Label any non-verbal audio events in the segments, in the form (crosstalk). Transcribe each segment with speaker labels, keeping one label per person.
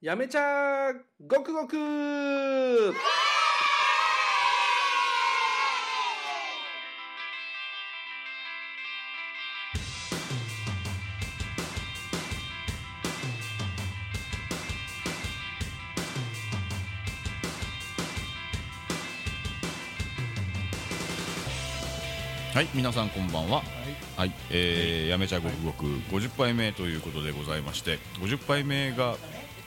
Speaker 1: やめちゃーごくごく
Speaker 2: はい、皆さんこんばんは。はい、えーやめちゃごくごく50杯目ということでございまして、50杯目が1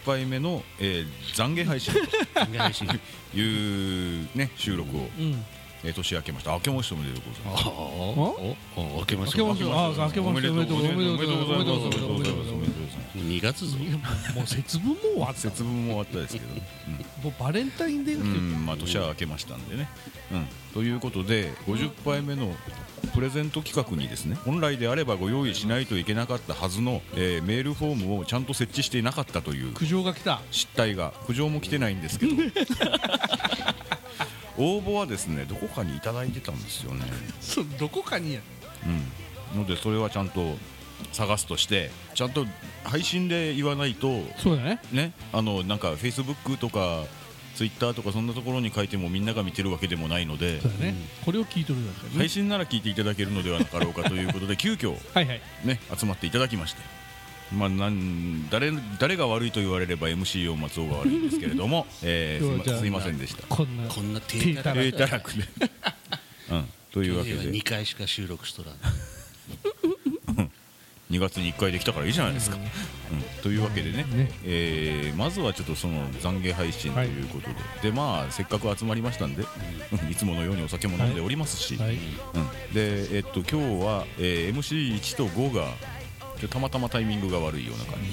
Speaker 2: 杯目の、えー、懺悔配信
Speaker 3: 願いします。
Speaker 2: という (laughs) ね収録を、
Speaker 4: うん。
Speaker 2: えー年明けました。明けましておめでとうござい
Speaker 3: あ
Speaker 2: ます。
Speaker 3: あ、お、お、明けま
Speaker 4: 明
Speaker 3: し
Speaker 4: け
Speaker 3: ょう。
Speaker 4: ましておあ明けましておめでと
Speaker 2: おめ
Speaker 4: うおめ
Speaker 2: で
Speaker 4: で
Speaker 2: と
Speaker 4: と
Speaker 2: う
Speaker 4: う
Speaker 2: ご
Speaker 4: ご
Speaker 2: ざいます。おめでとうございます。お
Speaker 4: お
Speaker 2: め
Speaker 4: め
Speaker 2: で
Speaker 4: で
Speaker 2: と
Speaker 4: と
Speaker 2: うござ
Speaker 4: うござ
Speaker 2: い
Speaker 4: い
Speaker 2: ま。
Speaker 4: ますす。
Speaker 3: 2月ぞ。
Speaker 4: もう節分も終わった。
Speaker 2: 節分も終わったですけど、ね、
Speaker 4: もうバレンタインデー
Speaker 2: う
Speaker 4: っていう。
Speaker 2: ん、まあ年は明けましたんでね。うん、ということで50杯目のプレゼント企画にですね本来であればご用意しないといけなかったはずの、えーメールフォームをちゃんと設置していなかったという
Speaker 4: 苦情が来た。
Speaker 2: 失態が苦情も来てないんですけど応募はですねどこかにいただいてたんですよね、
Speaker 4: そうどこかにや。
Speaker 2: うん、のでそれはちゃんと探すとしてちゃんと配信で言わないと
Speaker 4: そうだね。
Speaker 2: ねあのなんかフェイスブックとかツイッターとかそんなところに書いてもみんなが見てるわけでもないので
Speaker 4: そうだね。これを聞いとるんだったら
Speaker 2: 配
Speaker 4: ね。
Speaker 2: 信なら聞いていただけるのではなかろうかということで
Speaker 4: (laughs)
Speaker 2: 急遽
Speaker 4: はいはい。
Speaker 2: ね集まっていただきまして。まあ、なん誰誰が悪いと言われれば MC を松尾が悪いんですけれども、えーすいま
Speaker 4: じゃあ
Speaker 2: すいませんでした。
Speaker 4: こんな。
Speaker 3: こんな低
Speaker 4: た
Speaker 3: た
Speaker 4: ら
Speaker 3: ら。
Speaker 2: えー、堕落
Speaker 4: (laughs)
Speaker 2: で。うん、というわけで
Speaker 3: 2回しか収録しとらん。
Speaker 2: 2月に1回できたからいいじゃないですか。うん、というわけでね
Speaker 4: ね
Speaker 2: えーまずはちょっとその懺悔配信ということで、でまあせっかく集まりましたんで、うんいつものようにお酒も飲んでおりますし、
Speaker 4: はい。
Speaker 2: うん、で、えっと今日は、えー MC1 と5がちょたまたまタイミングが悪いような感じ、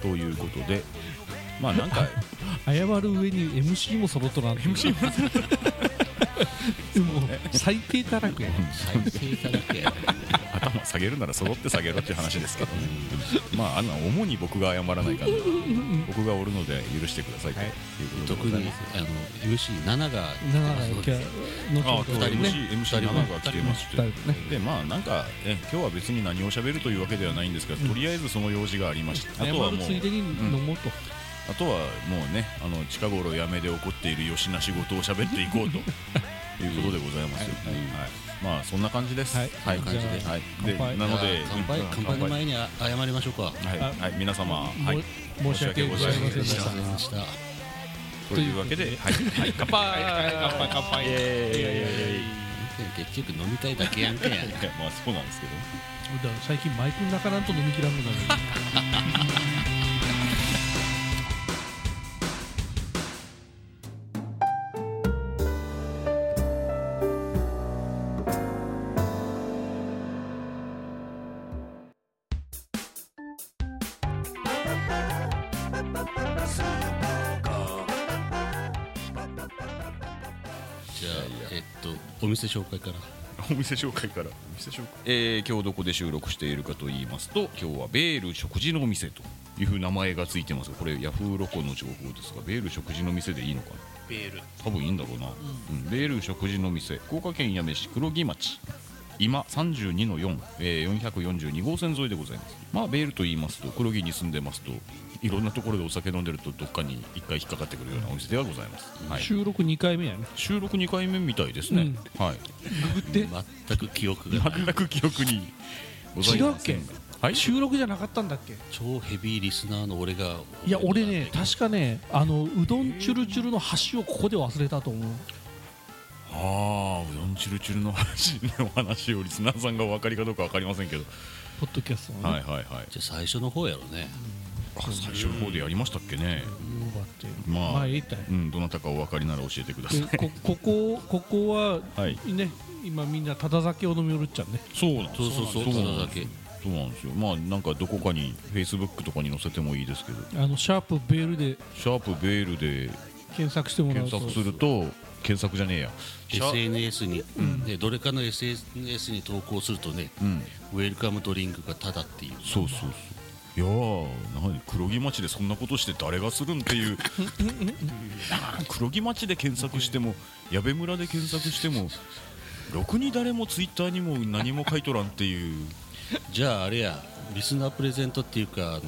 Speaker 2: ということでまあなん (laughs) か
Speaker 4: 謝る上に MC も揃っとらん。MC も。 (laughs) もう最低たらくや。
Speaker 3: 再生ただけや。
Speaker 2: 頭下げるなら揃って下げろっていう話ですけどね、まああの主に僕が謝らないから僕がおるので許してくださいということで
Speaker 3: (laughs) 特
Speaker 2: ござい
Speaker 3: に
Speaker 2: ます、
Speaker 3: あの MC7 が
Speaker 4: ながらキャの
Speaker 2: あ2人
Speaker 3: ね
Speaker 2: MC7 が来てまして
Speaker 4: ね
Speaker 2: でまあなんかえ今日は別に何を喋るというわけではないんですが、とりあえずその用事がありまして、あと
Speaker 4: 謝
Speaker 2: はも
Speaker 4: る
Speaker 2: う
Speaker 4: ついでに飲もうと。
Speaker 2: あとはもうねあの近頃やめで起こっているよしな仕事を喋っていこうということでございますよ、はいまあそんな感じです
Speaker 4: はい
Speaker 2: はい、
Speaker 4: じゃあ
Speaker 2: はい
Speaker 4: 乾
Speaker 2: で
Speaker 4: 杯
Speaker 2: なので
Speaker 3: 乾杯
Speaker 2: うん
Speaker 3: 乾杯の前に謝りましょうか。
Speaker 2: はい、
Speaker 4: あ
Speaker 2: はい、皆様、はい、
Speaker 4: も申し訳ございませんで
Speaker 3: あり
Speaker 4: し
Speaker 3: がと
Speaker 4: た
Speaker 3: うご。ざいました。
Speaker 2: というわけで、はい、はい、乾杯。
Speaker 4: 乾杯乾杯
Speaker 2: イエーイ
Speaker 3: 結局飲みたいだけやんけや。
Speaker 2: (laughs) まあ、そうなんですけど。
Speaker 4: だから最近マイクの中なんと飲みきらんのだね
Speaker 3: じゃあ、えっと、お店紹介から。
Speaker 2: (laughs) お店紹介から。お店紹介。えー今日どこで収録しているかと言いますと、今日はベール食事のお店と。いうふう名前がついてますがこれヤフーロコの情報ですがベール食事の店でいいのかな
Speaker 3: ベール。
Speaker 2: 多分いいんだろうな、うんベール食事の店福岡県八女市黒木町今32の4、えー、442号線沿いでございますまあベールと言いますと黒木に住んでますといろんなところでお酒飲んでるとどっかに一回引っかかってくるようなお店ではございます、はい、
Speaker 4: 収録2回目やね
Speaker 2: 収録2回目みたいですね、はい
Speaker 4: ググって
Speaker 3: 全く記憶がない。
Speaker 2: 全く記憶にござい
Speaker 4: 違う
Speaker 2: ま
Speaker 4: っ
Speaker 2: せ
Speaker 4: け
Speaker 2: んはい
Speaker 4: 収録じゃなかったんだっけ
Speaker 3: 超ヘビーリスナーの俺が。
Speaker 4: いや俺ね確かねあのうどんチュルチュルの橋をここで忘れたと思う
Speaker 2: ああうどんちゅるちゅるの話の話をリスナーさんがお分かりかどうか分かりませんけど、
Speaker 4: ポッドキャストの
Speaker 2: はい
Speaker 4: ね、
Speaker 2: はいはいあ
Speaker 3: じゃあ最初の方やろね。
Speaker 2: 最初の方でやりましたっけね、
Speaker 4: よかったよ
Speaker 2: まあ
Speaker 4: 前言ったよ
Speaker 2: うん、どなたかお分かりなら教えてください。
Speaker 4: でこここここは、
Speaker 2: はい
Speaker 4: ね今みんなただ酒を飲みよるっちゃね
Speaker 2: そうなんです
Speaker 3: そうそうそう、
Speaker 2: そう
Speaker 3: た
Speaker 2: な
Speaker 3: だ
Speaker 2: ん
Speaker 3: だ
Speaker 2: です
Speaker 3: け。
Speaker 2: そうなんですよ。まあなんかどこかにフェイスブックとかに載せてもいいですけど、
Speaker 4: あのシャープベールで
Speaker 2: シャープベールで
Speaker 4: 検索してもら
Speaker 2: 検
Speaker 4: うと
Speaker 2: 索すると検索じゃねえや。シャ
Speaker 3: SNS に、ね、どれかの SNS に投稿するとね、
Speaker 2: うん、
Speaker 3: ウェルカムドリンクがタダっていう
Speaker 2: そうそうそう。いやー何黒木町でそんなことして誰がするんっていうあー黒木町で検索しても矢部村で検索してもろくに誰もツイッターにも何も書いとらんっていう
Speaker 3: じゃああれやリスナープレゼントっていうかあの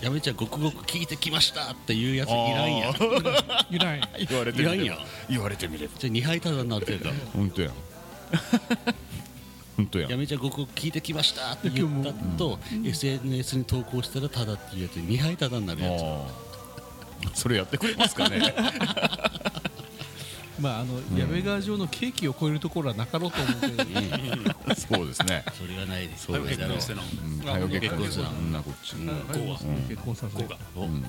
Speaker 3: やめちゃんごくごく聞いてきましたっていうやついらんや
Speaker 2: あ
Speaker 3: んじゃ
Speaker 4: 由来
Speaker 2: 言われてみ
Speaker 3: いらん
Speaker 2: れ
Speaker 3: やん
Speaker 2: ば言われてみれば
Speaker 3: 2杯ただになってん
Speaker 2: (laughs)
Speaker 3: だ
Speaker 2: 本当やん本当やん
Speaker 3: やめちゃんごくごく聞いてきましたって言ったのと、SNS に投稿したらただっていうやつ2杯ただになるやつ
Speaker 2: あーそれやってくれますかね
Speaker 4: まああの矢部川上のケーキを超えるところはなかろうと思うけど
Speaker 2: (laughs) そうですね
Speaker 3: それはないです
Speaker 2: そうですね
Speaker 3: だろう
Speaker 5: しての
Speaker 2: うん早く結婚
Speaker 5: 結婚
Speaker 2: す
Speaker 5: す
Speaker 2: る
Speaker 5: る
Speaker 2: んなこっち
Speaker 5: 5は
Speaker 4: 結婚させ
Speaker 5: 5
Speaker 4: る
Speaker 5: が
Speaker 2: うん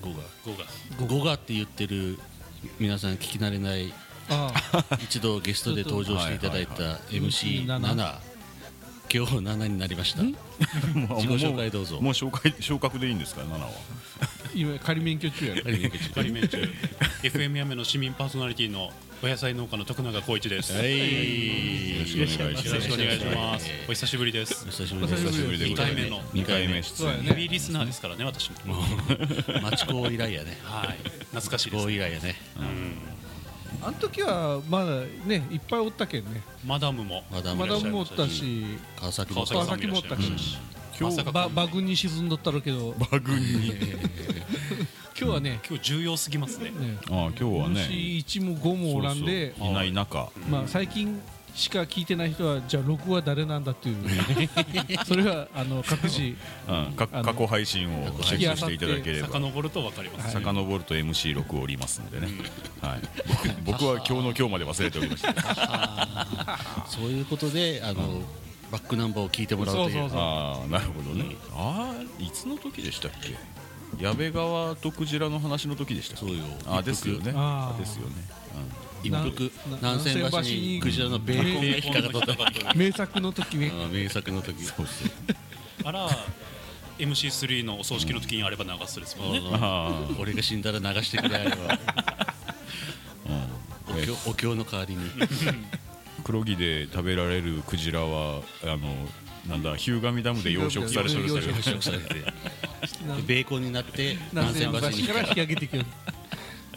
Speaker 3: ゴガ
Speaker 5: 5が
Speaker 3: ゴガって言ってる皆さん聞き慣れない
Speaker 4: あ
Speaker 3: 一度ゲストで登場していただい
Speaker 2: はいは
Speaker 3: た MC7 今日7になりました
Speaker 2: もう
Speaker 3: 自己紹介どうぞ
Speaker 2: もう紹介昇格でいいんですか7は
Speaker 4: あ今仮免許中やね
Speaker 5: 仮面中 FM やめの市民パーソナリティのお野菜農家の徳永浩一ですよ
Speaker 3: い
Speaker 2: よろしくお願いし
Speaker 5: ろしくお願いします
Speaker 3: えー
Speaker 5: お久しぶりです
Speaker 3: お久しぶりです
Speaker 4: お久しぶ
Speaker 5: りでございます
Speaker 2: 2回目
Speaker 3: 出
Speaker 2: 出
Speaker 4: そうや
Speaker 2: 演
Speaker 4: ね
Speaker 5: ヘビーリスナーですからね私も
Speaker 3: 演マチコ以来やね
Speaker 5: はい懐かし
Speaker 3: マチ
Speaker 5: いです
Speaker 3: コ以来やね
Speaker 5: うん
Speaker 4: あの時はまだねいっぱいおったけんね
Speaker 5: マダムも
Speaker 3: マダ
Speaker 4: マ
Speaker 3: ム
Speaker 4: ダムもおったし
Speaker 3: 川崎も
Speaker 5: 川崎さんもいらっしゃいま
Speaker 4: 川崎もおった
Speaker 5: し
Speaker 4: し
Speaker 5: ま
Speaker 4: 今
Speaker 5: さ
Speaker 4: 日
Speaker 5: か
Speaker 4: バ
Speaker 5: こんな
Speaker 4: バグに沈んどったろうけど
Speaker 2: バグに
Speaker 4: 今日はね
Speaker 5: 今日重要すぎますね
Speaker 4: ね
Speaker 2: ああ今日はね
Speaker 4: 虫1も5もおらんで
Speaker 2: そうそういない中
Speaker 4: まあ最近しか聞いてない人はじゃあ6は誰なんだっていうそれはあの各自
Speaker 2: うんか
Speaker 4: あの
Speaker 2: 過去配信をチェックしていただければ
Speaker 5: 遡ると分かります
Speaker 2: 遡ると MC6 おりますんでね、はい、僕僕は今日の今日まで忘れておりました
Speaker 3: そういうことであのバックナンバーを聞いてもらうという
Speaker 2: ああなるほどねああいつの時でしたっけ矢部川とクジラの話の時でしたっけ
Speaker 3: そうよ
Speaker 2: あですよね
Speaker 4: あー
Speaker 2: ですよね、
Speaker 3: 一服
Speaker 4: な
Speaker 3: 南千橋にクジラのベーコンが引っかかっとっ
Speaker 4: 名作の時ね
Speaker 3: た名作の時
Speaker 5: あら MC3 のお葬式の時にあれば流すですもんね
Speaker 2: あ
Speaker 3: 俺が死んだら流してくれあれば
Speaker 2: うんえ
Speaker 3: お経の代わりに
Speaker 2: 黒木で食べられるクジラはあのなんだ日向ダムで養殖されてるんだけど
Speaker 4: 養
Speaker 3: 食されてでベーコンになって
Speaker 4: 南
Speaker 3: 南
Speaker 4: 千
Speaker 3: 千
Speaker 4: 橋
Speaker 3: 橋に引っか
Speaker 4: から引
Speaker 3: か
Speaker 4: き上げていくよ
Speaker 3: る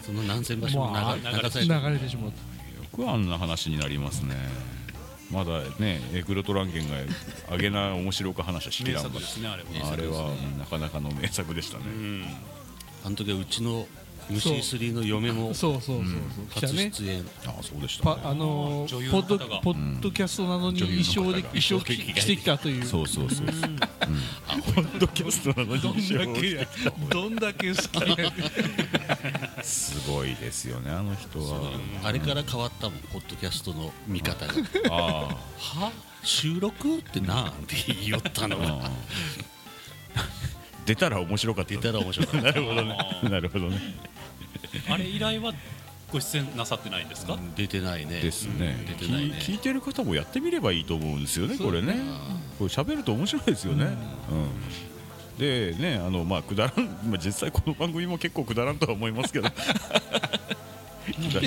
Speaker 3: その南千橋も流
Speaker 5: まあ
Speaker 3: 流されて
Speaker 4: 流れてしまった
Speaker 2: よくあんな話になりますねまだねエクロトランケンがあげな面白く話はしき
Speaker 5: 名
Speaker 2: らん
Speaker 5: 作
Speaker 2: が
Speaker 5: ですねあれは
Speaker 2: あれは、うんなかなかの名作でしたね、
Speaker 5: うん
Speaker 3: あの時はうちの MC3 の嫁も
Speaker 4: そうそうそうそう
Speaker 3: 初
Speaker 4: 来たね
Speaker 3: 出演
Speaker 2: ああそうでした、
Speaker 4: パ
Speaker 2: ね、
Speaker 4: あの
Speaker 5: 女
Speaker 4: ー
Speaker 5: 優
Speaker 4: ポ
Speaker 5: の
Speaker 4: ッド
Speaker 5: 方が
Speaker 4: ポッドキャストなのに衣装
Speaker 2: 女
Speaker 4: で
Speaker 2: 優の方が
Speaker 4: 衣装着着てきたという
Speaker 2: そうそうそうそう、うん、ポッドキャストなの
Speaker 4: どん
Speaker 2: に
Speaker 4: だけどんだけ好きやねん
Speaker 2: すごいですよねあの人は
Speaker 3: あれから変わったもんポッドキャストの見方が
Speaker 2: ああ
Speaker 3: は収録ってなんて言いよったのが
Speaker 2: ああ出たら面白かった
Speaker 3: 出たら面白かった
Speaker 2: (laughs) なるほどね
Speaker 5: あ
Speaker 2: なるほどね
Speaker 5: あれ以来はご出演なさってないんですか
Speaker 3: 出てないね
Speaker 2: ですね
Speaker 3: うん出てない
Speaker 2: 聞
Speaker 3: ね
Speaker 2: 聞いてる方もやってみればいいと思うんですよねこれねこれ喋ると面白いですよねうんでねあのまあくだらんまあ実際この番組も結構くだらんとは思いますけど
Speaker 4: てか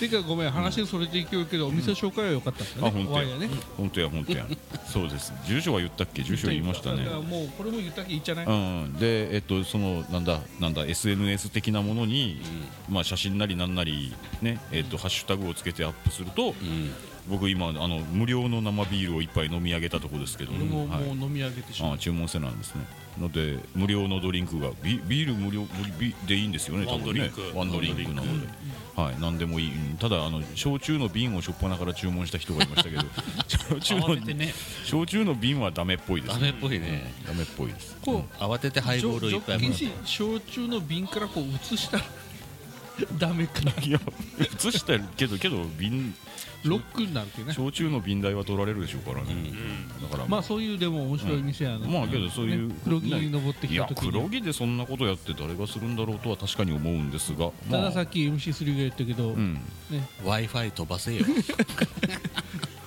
Speaker 4: てかごめん話がそれていくけどお店紹介は良かったんだ
Speaker 2: あ
Speaker 4: ね
Speaker 2: 本
Speaker 4: お
Speaker 2: 当
Speaker 4: わいや
Speaker 2: や
Speaker 4: ね
Speaker 2: 本当や本当やそうです住所は言ったっけ住所言いましたね
Speaker 4: だからもうこれも言ったっけいいじゃない
Speaker 2: うん、で、えっと、そのなんだなんだ SNS 的なものに、まあ、写真なりなんなり、ねえっとハッシュタグをつけてアップすると、僕今あの無料の生ビールを一杯飲み上げたとこですけど、
Speaker 4: 俺も
Speaker 2: はい
Speaker 4: もう飲み上げてしま
Speaker 2: あ
Speaker 4: う
Speaker 2: 注文制なんですねので無料のドリンクがビビール無料ビでいいんですよね
Speaker 5: ワ
Speaker 2: 多
Speaker 5: ン
Speaker 2: 分ね
Speaker 5: ドリンク
Speaker 2: ワンドリンクなので、はい、何でもいいうんただあの焼酎の瓶をしょっぱなから注文した人がいましたけど焼酎の
Speaker 5: 慌ててね
Speaker 2: 焼酎の瓶はダメっぽいです
Speaker 3: ダメ
Speaker 2: ね
Speaker 3: っぽいね
Speaker 2: ダメっぽいです
Speaker 4: こ
Speaker 3: 慌ててハ
Speaker 4: う
Speaker 3: イ
Speaker 4: ジ
Speaker 3: ボ
Speaker 4: ョ
Speaker 3: ール
Speaker 4: ジ
Speaker 3: い
Speaker 4: ョ
Speaker 3: っぱい
Speaker 4: ッ
Speaker 3: も
Speaker 4: キ
Speaker 3: らって
Speaker 4: し焼酎の瓶からこう移したらダメか
Speaker 2: いや映したけどけど瓶
Speaker 4: ロックになるけどね
Speaker 2: 焼酎の瓶代は取られるでしょうからね、だから
Speaker 4: ま
Speaker 2: ま
Speaker 4: あ
Speaker 2: あ
Speaker 4: そういうでも面白い店やな
Speaker 2: まあけどそういう、
Speaker 4: ね黒木に登って
Speaker 2: い
Speaker 4: きた
Speaker 2: や
Speaker 4: 時
Speaker 2: 黒
Speaker 4: に
Speaker 2: 木でそんなことやって誰がするんだろうとは確かに思うんですがま
Speaker 4: たださ
Speaker 2: あ
Speaker 4: っき MC3 が言ったけど
Speaker 2: うん、
Speaker 4: ね
Speaker 3: w i f i 飛ばせよ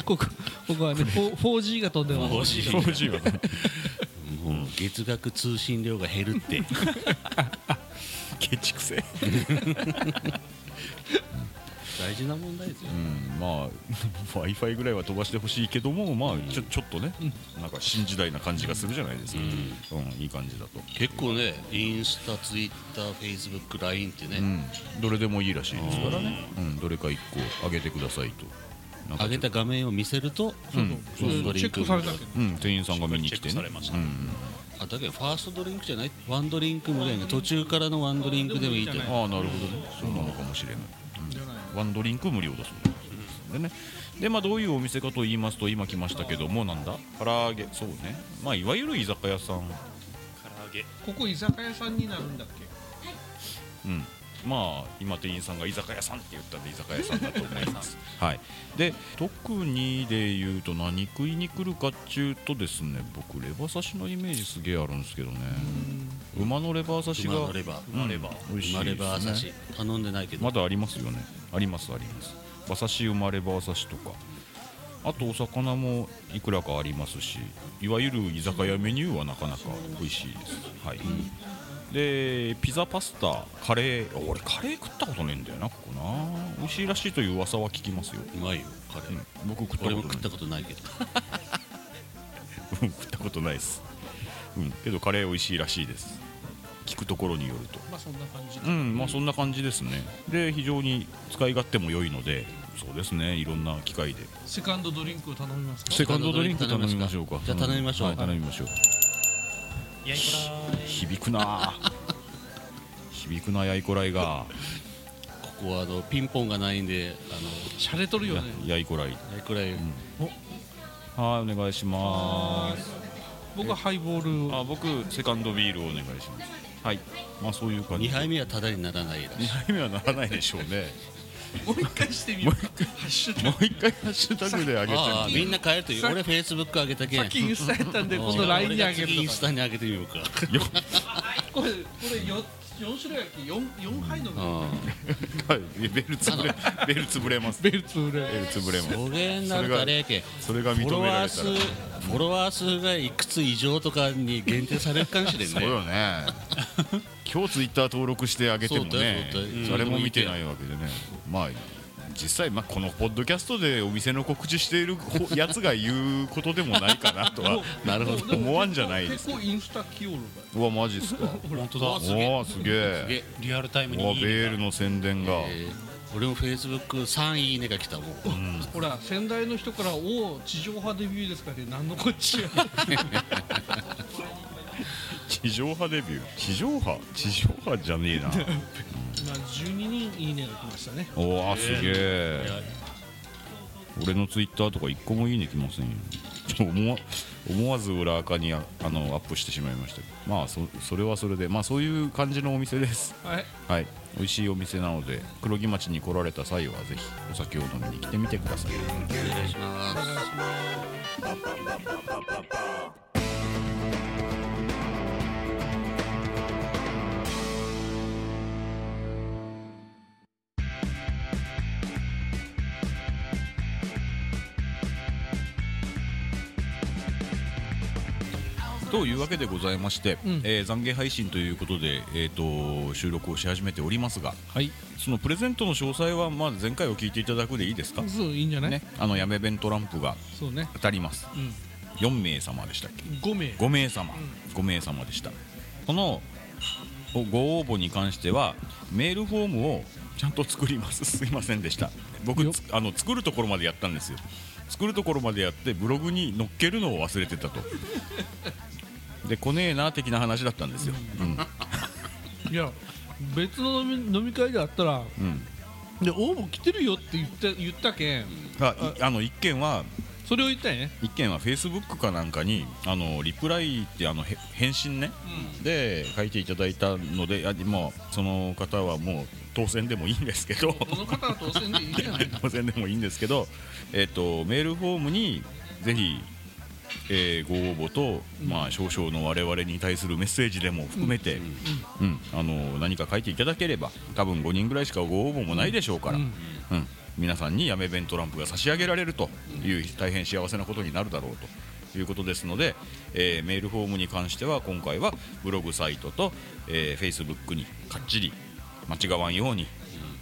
Speaker 4: ここここはね 4- 4G が飛んでます
Speaker 3: 欲しい
Speaker 2: 欲しいわ
Speaker 3: もう月額通信量が減るって
Speaker 2: ケチくせ
Speaker 3: 大事な問題ですよ
Speaker 2: うんまあ (laughs) w i f i ぐらいは飛ばしてほしいけどもまあちょちょっとね、なんか新時代な感じがするじゃないですか、うんいい感じだと、
Speaker 3: 結構ねインスタツイッターフェイスブック LINE って
Speaker 2: う
Speaker 3: ね
Speaker 2: ん、どれでもいいらしいですからね、うん、どれか1個あげてくださいとなんか
Speaker 3: 上げた画面を見せると
Speaker 4: そうそう
Speaker 3: うん
Speaker 4: チェックされたけど
Speaker 2: うん、店員さんが見に来
Speaker 5: チェッ
Speaker 2: て
Speaker 5: クさ
Speaker 2: ね
Speaker 5: れました
Speaker 2: うん
Speaker 3: あだけどファーストドリンクじゃないワンドリンクぐらいの途中からのワンドリンクでもいいと
Speaker 4: でもいいんじゃ
Speaker 2: ああなるほどねそうなのかもしれない、うんワンドリンク無料だそうですでねでまあどういうお店かと言いますと今来ましたけどもなんだ唐揚げそうねまあいわゆる居酒屋さん
Speaker 5: 唐揚げ
Speaker 4: ここ居酒屋さんになるんだっけ
Speaker 2: うん、まあ今店員さんが居酒屋さんって言ったんで居酒屋さんだと思い
Speaker 3: (laughs)
Speaker 2: ます。はい、で特にで言うと何食いに来るかっちゅうとですね僕レバ刺しのイメージすげえあるんですけどね馬のレバー刺しが
Speaker 3: 馬のレバー
Speaker 2: うん、美味しい
Speaker 3: 生まれ
Speaker 2: です、ね、
Speaker 3: ば朝し頼んでないけど
Speaker 2: まだありますよねありますあります馬刺し生まれ馬刺しとかあとお魚もいくらかありますしいわゆる居酒屋メニューはなかなか美味しいですはい、でピザパスタカレー俺カレー食ったことねえんだよなここな美味しいらしいという噂は聞きますよ、
Speaker 3: うまいよカレ
Speaker 2: う
Speaker 3: ー、
Speaker 2: ん、僕食ったこと
Speaker 3: 俺
Speaker 2: ない
Speaker 3: も食ったことないけど
Speaker 2: うん食ったことないですうんけどカレー美味しいらしいです聞くところによると
Speaker 4: まあそんな感じで
Speaker 2: うんまあそんな感じですねで非常に使い勝手も良いのでそうですねいろんな機会で
Speaker 4: セカンドドリンクを頼みますか
Speaker 2: セカンドドリンク頼みましょうか
Speaker 3: じゃあ頼みましょう
Speaker 2: はい頼みましょう
Speaker 5: やいこらーい
Speaker 2: 響くなあ (laughs) 響くなやいこらいが
Speaker 3: ここはあのピンポンがないんであ
Speaker 4: シャレとるよね
Speaker 2: やいこらい
Speaker 3: のくらい、
Speaker 2: はいお願いします
Speaker 4: 僕はハイボールを
Speaker 2: あ僕セカンドビールをお願いしますはいまあそういう感じ
Speaker 3: 2杯目はタダにならないらしい
Speaker 2: 二杯目はならないでしょう (laughs) ね
Speaker 4: もう一回してみようかハッシュタ
Speaker 2: も
Speaker 4: グ
Speaker 2: う一回ハッシュタグで上げてみ
Speaker 3: ああみんな変えるといい
Speaker 4: さ
Speaker 3: 俺フェイスブック上げたけん
Speaker 4: さっきインスタやったんで
Speaker 3: うん
Speaker 4: 今度 LINE にあげ
Speaker 3: 俺が次イ
Speaker 4: る
Speaker 3: ン
Speaker 4: と
Speaker 3: ス
Speaker 4: か
Speaker 3: タに上げてみようか
Speaker 2: よ
Speaker 4: これこれ 4, 四種類やっけ 4, 4杯の
Speaker 3: う
Speaker 2: はい (laughs) ベル潰れベル潰れますベ
Speaker 4: ベルツ売れ
Speaker 2: ル潰れます
Speaker 3: んそれになるとあれやけん
Speaker 2: それが
Speaker 3: フ
Speaker 2: 認
Speaker 3: ォロ
Speaker 2: めら
Speaker 3: ワー
Speaker 2: れた
Speaker 3: 数
Speaker 2: ら
Speaker 3: フォロワー数がいくつ以上とかに限定されるかもしれん
Speaker 2: そう
Speaker 3: ね (laughs)
Speaker 2: よね今日ツイッター登録してあげても
Speaker 3: そうだよ
Speaker 2: ね
Speaker 3: そうだよ
Speaker 2: 誰も見てないわけでねまあ実際、まあ、このポッドキャストでお店の告知しているほ (laughs) やつが言うことでもないかなとは
Speaker 3: (laughs) なるほ
Speaker 4: でも
Speaker 2: 思わんじゃないです
Speaker 4: 結構インスタ来よる
Speaker 2: うわマジっ
Speaker 3: (laughs)
Speaker 2: すか
Speaker 5: 本当だ
Speaker 2: おーすげえ
Speaker 3: え
Speaker 5: リアルタイム
Speaker 2: うわ
Speaker 5: にい
Speaker 2: ベ
Speaker 5: いね
Speaker 2: ールの宣伝が、
Speaker 3: えー俺もフェイスブック3いいねが来たもん
Speaker 4: ばほら先代の人から「おお地上波デビューですか?」って何のこっちや
Speaker 2: 地上波デビュー地上波地上波じゃねえな
Speaker 4: 今12人いいねが来ましたね
Speaker 2: おーすげえ俺のツイッターとか一個もいいねきませんよちょ思わ思わず裏垢にああのアップしてしまいましたけどまあそそれはそれでまあそういう感じのお店です (laughs)
Speaker 4: はい
Speaker 2: はい美味しいお店なので黒木町に来られた際はぜひお酒を飲みに来てみてください
Speaker 3: お願いします
Speaker 2: というわけでございまして、
Speaker 4: うん
Speaker 2: えー懺悔配信ということで、えー、と収録をし始めておりますが
Speaker 4: はい
Speaker 2: そのプレゼントの詳細はまあ前回を聞いていただくでいいですか、
Speaker 4: そういいんじゃない、
Speaker 2: ね、あのやめ弁トランプが
Speaker 4: そうね
Speaker 2: 当たります
Speaker 4: うん
Speaker 2: 4名様でしたっけ
Speaker 4: 5名
Speaker 2: 5名様、5名様でしたこのおご応募に関してはメールフォームをちゃんと作ります (laughs) すいませんでした僕
Speaker 4: よ
Speaker 2: つあの作るところまでやったんですよ作るところまでやってブログに載っけるのを忘れてたとで来ねえな的な話だったんですよ、うん
Speaker 4: いや別の飲み飲み会であったら
Speaker 2: うん
Speaker 4: 「で応募来てるよ」って言った言ったけん
Speaker 2: あいあの一件は
Speaker 4: それを言ったんやね
Speaker 2: 一件はフェイスブックかなんかにあのリプライってあのへ返信ね、で書いていただいたのであもうその方はもう当選でもいいんですけど
Speaker 4: この方は当選でいいじゃない
Speaker 2: 当選でもいいんですけど、えっとメールフォームにぜひ、えーご応募と、まあ、少々の我々に対するメッセージでも含めて、うんあの何か書いていただければ多分5人ぐらいしかご応募もないでしょうから、うん皆さんにやめ弁トランプが差し上げられるという大変幸せなことになるだろうということですので、えーメールフォームに関しては今回はブログサイトと、えー、Facebook にかっちり間違わんように。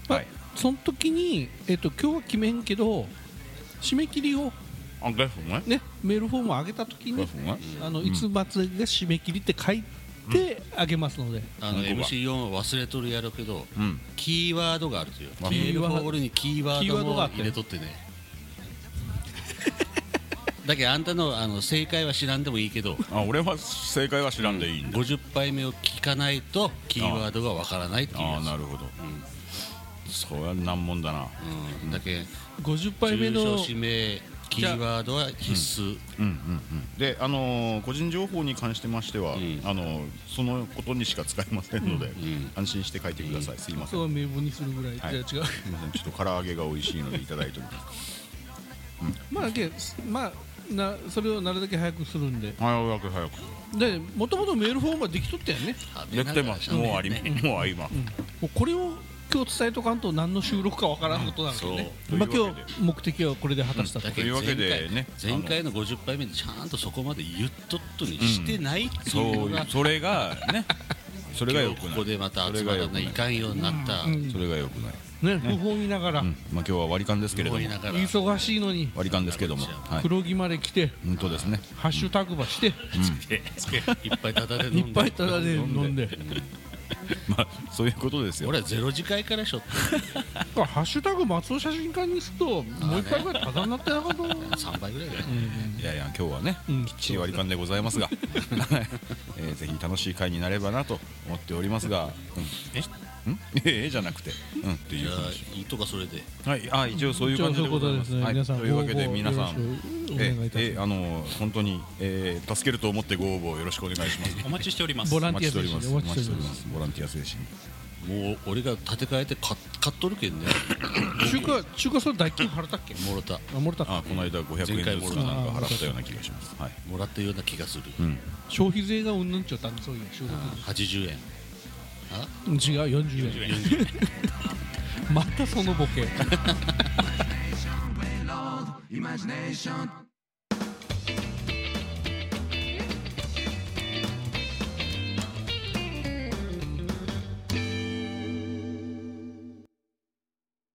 Speaker 2: はい
Speaker 4: その時に、えっと今日は決めんけど締め切りを
Speaker 2: あガイフお前
Speaker 4: ねメールフォームを上げた時にあのいつ末が締め切りって書いてあげますので、
Speaker 3: あの
Speaker 2: 本当だ
Speaker 3: MC4 は忘れとるやろうけど、
Speaker 2: うん
Speaker 3: キーワードがあるという
Speaker 2: あ
Speaker 3: メールフォームにキーワー
Speaker 4: キーワ
Speaker 3: ド
Speaker 4: ード
Speaker 3: も
Speaker 4: があって
Speaker 3: 入れとってね (laughs) だけどあんたのあの正解は知らんでもいいけど
Speaker 2: あ俺は正解は知らんでいいんだ、
Speaker 3: 50杯目を聞かないとキーワードがわからないっていう
Speaker 2: あ
Speaker 3: や
Speaker 2: あ
Speaker 3: つ
Speaker 2: なるほど、そりゃ難問だな
Speaker 3: うん、だけ
Speaker 4: 50杯目
Speaker 3: 住所
Speaker 4: の
Speaker 3: 氏名キーワードは必須、
Speaker 2: うんうんうん、で、あのー個人情報に関してましては、
Speaker 3: ん
Speaker 2: あのーそのことにしか使えませんので、安心して書いてください、すいません
Speaker 4: そう名簿にするぐらい、
Speaker 2: はい
Speaker 4: じゃあ違う (laughs)
Speaker 2: すいませんちょっと唐揚げが美味しいのでいただいております
Speaker 4: まあけまあなそれをなるだけ早くするんで
Speaker 2: (laughs) 早く早く
Speaker 4: でもともとメールフォームはできとったよね
Speaker 2: できてますもうあり、もうあります、
Speaker 4: もうこれを今日伝えとかんと何の収録かわからんことなんでね、
Speaker 2: うんそう
Speaker 4: まあ
Speaker 2: というわ
Speaker 4: 今
Speaker 2: けで
Speaker 4: 日目的はこれで果たしたと、
Speaker 3: だけ
Speaker 2: というわけで
Speaker 3: 前回
Speaker 2: ね
Speaker 3: 前回の50杯目でちゃんとそこまで言っとっとにしてないって
Speaker 2: そう
Speaker 3: いうのが、
Speaker 2: それがねそれがよ
Speaker 3: 今日
Speaker 2: く
Speaker 3: こ
Speaker 2: ない
Speaker 3: こでまた集まらないかんようになった、
Speaker 4: うん
Speaker 2: それがよくない、
Speaker 4: ね不本意ながら、
Speaker 2: うんまあ、今日は割り勘ですけれど
Speaker 3: 思
Speaker 2: も
Speaker 3: いながら
Speaker 4: 忙しいのに
Speaker 2: 割り勘ですけども、はい、
Speaker 4: 黒木まで来て、
Speaker 2: 本当ですね
Speaker 4: ハッシュタグばして、
Speaker 3: いっぱいタダで飲ん
Speaker 4: い
Speaker 3: で
Speaker 4: っぱいただで飲んで、
Speaker 2: まあそういうことですよ
Speaker 3: 俺はゼロ次回からしょって
Speaker 4: ハッシュタグ松尾写真館にすると、もう一回ぐらいただになってなかった
Speaker 3: 3杯ぐらいだよ
Speaker 2: いやいや今日はね、
Speaker 4: うん
Speaker 2: きっちり割り勘でございますが、 (laughs) えーぜひ楽しい会になればなと思っておりますが、うん、 (laughs) んええじゃなくて、うん、ってい
Speaker 3: じ
Speaker 2: う
Speaker 3: ゃあ
Speaker 2: 話
Speaker 3: いいとかそれで
Speaker 2: はいあ一応そういう
Speaker 4: じゃ
Speaker 2: 感
Speaker 4: あ
Speaker 2: じ
Speaker 4: そ
Speaker 2: で
Speaker 4: ういう
Speaker 2: ご
Speaker 4: こ
Speaker 2: ざい
Speaker 4: とで
Speaker 2: ますす
Speaker 4: ね、
Speaker 2: はい
Speaker 4: 皆さん
Speaker 2: というわけで皆さ
Speaker 4: ご応
Speaker 2: ん
Speaker 4: 募よろしくお
Speaker 2: え
Speaker 4: 願いいた
Speaker 2: え
Speaker 4: し
Speaker 2: あの本当に、えー助けると思ってご応募よろしくお願いします
Speaker 5: お待ちしておりま
Speaker 4: (laughs)
Speaker 5: す
Speaker 4: ボラ
Speaker 2: お
Speaker 4: ン
Speaker 2: 待
Speaker 4: ティ
Speaker 2: ち
Speaker 4: ア
Speaker 2: してお
Speaker 4: 精
Speaker 2: り
Speaker 4: 神
Speaker 2: ます
Speaker 4: で
Speaker 2: お
Speaker 4: お
Speaker 2: 待ち
Speaker 4: 待ち
Speaker 2: し
Speaker 4: してて
Speaker 2: お
Speaker 4: お
Speaker 2: り
Speaker 4: り
Speaker 3: もう俺が
Speaker 2: まボランティア精神
Speaker 4: ます
Speaker 3: 立て替えて買っ買っとるけんね
Speaker 4: ます中華中華それ代金払ったっけ
Speaker 3: もろた
Speaker 4: あもらった
Speaker 2: あこの間500円ずつかなんか払ったような気がしますはい
Speaker 3: もらったような気がする、
Speaker 4: 消費税がうんぬんちょったんでそういう収録
Speaker 3: 80円
Speaker 4: 違う40円 (laughs) またそのボケ
Speaker 6: imagination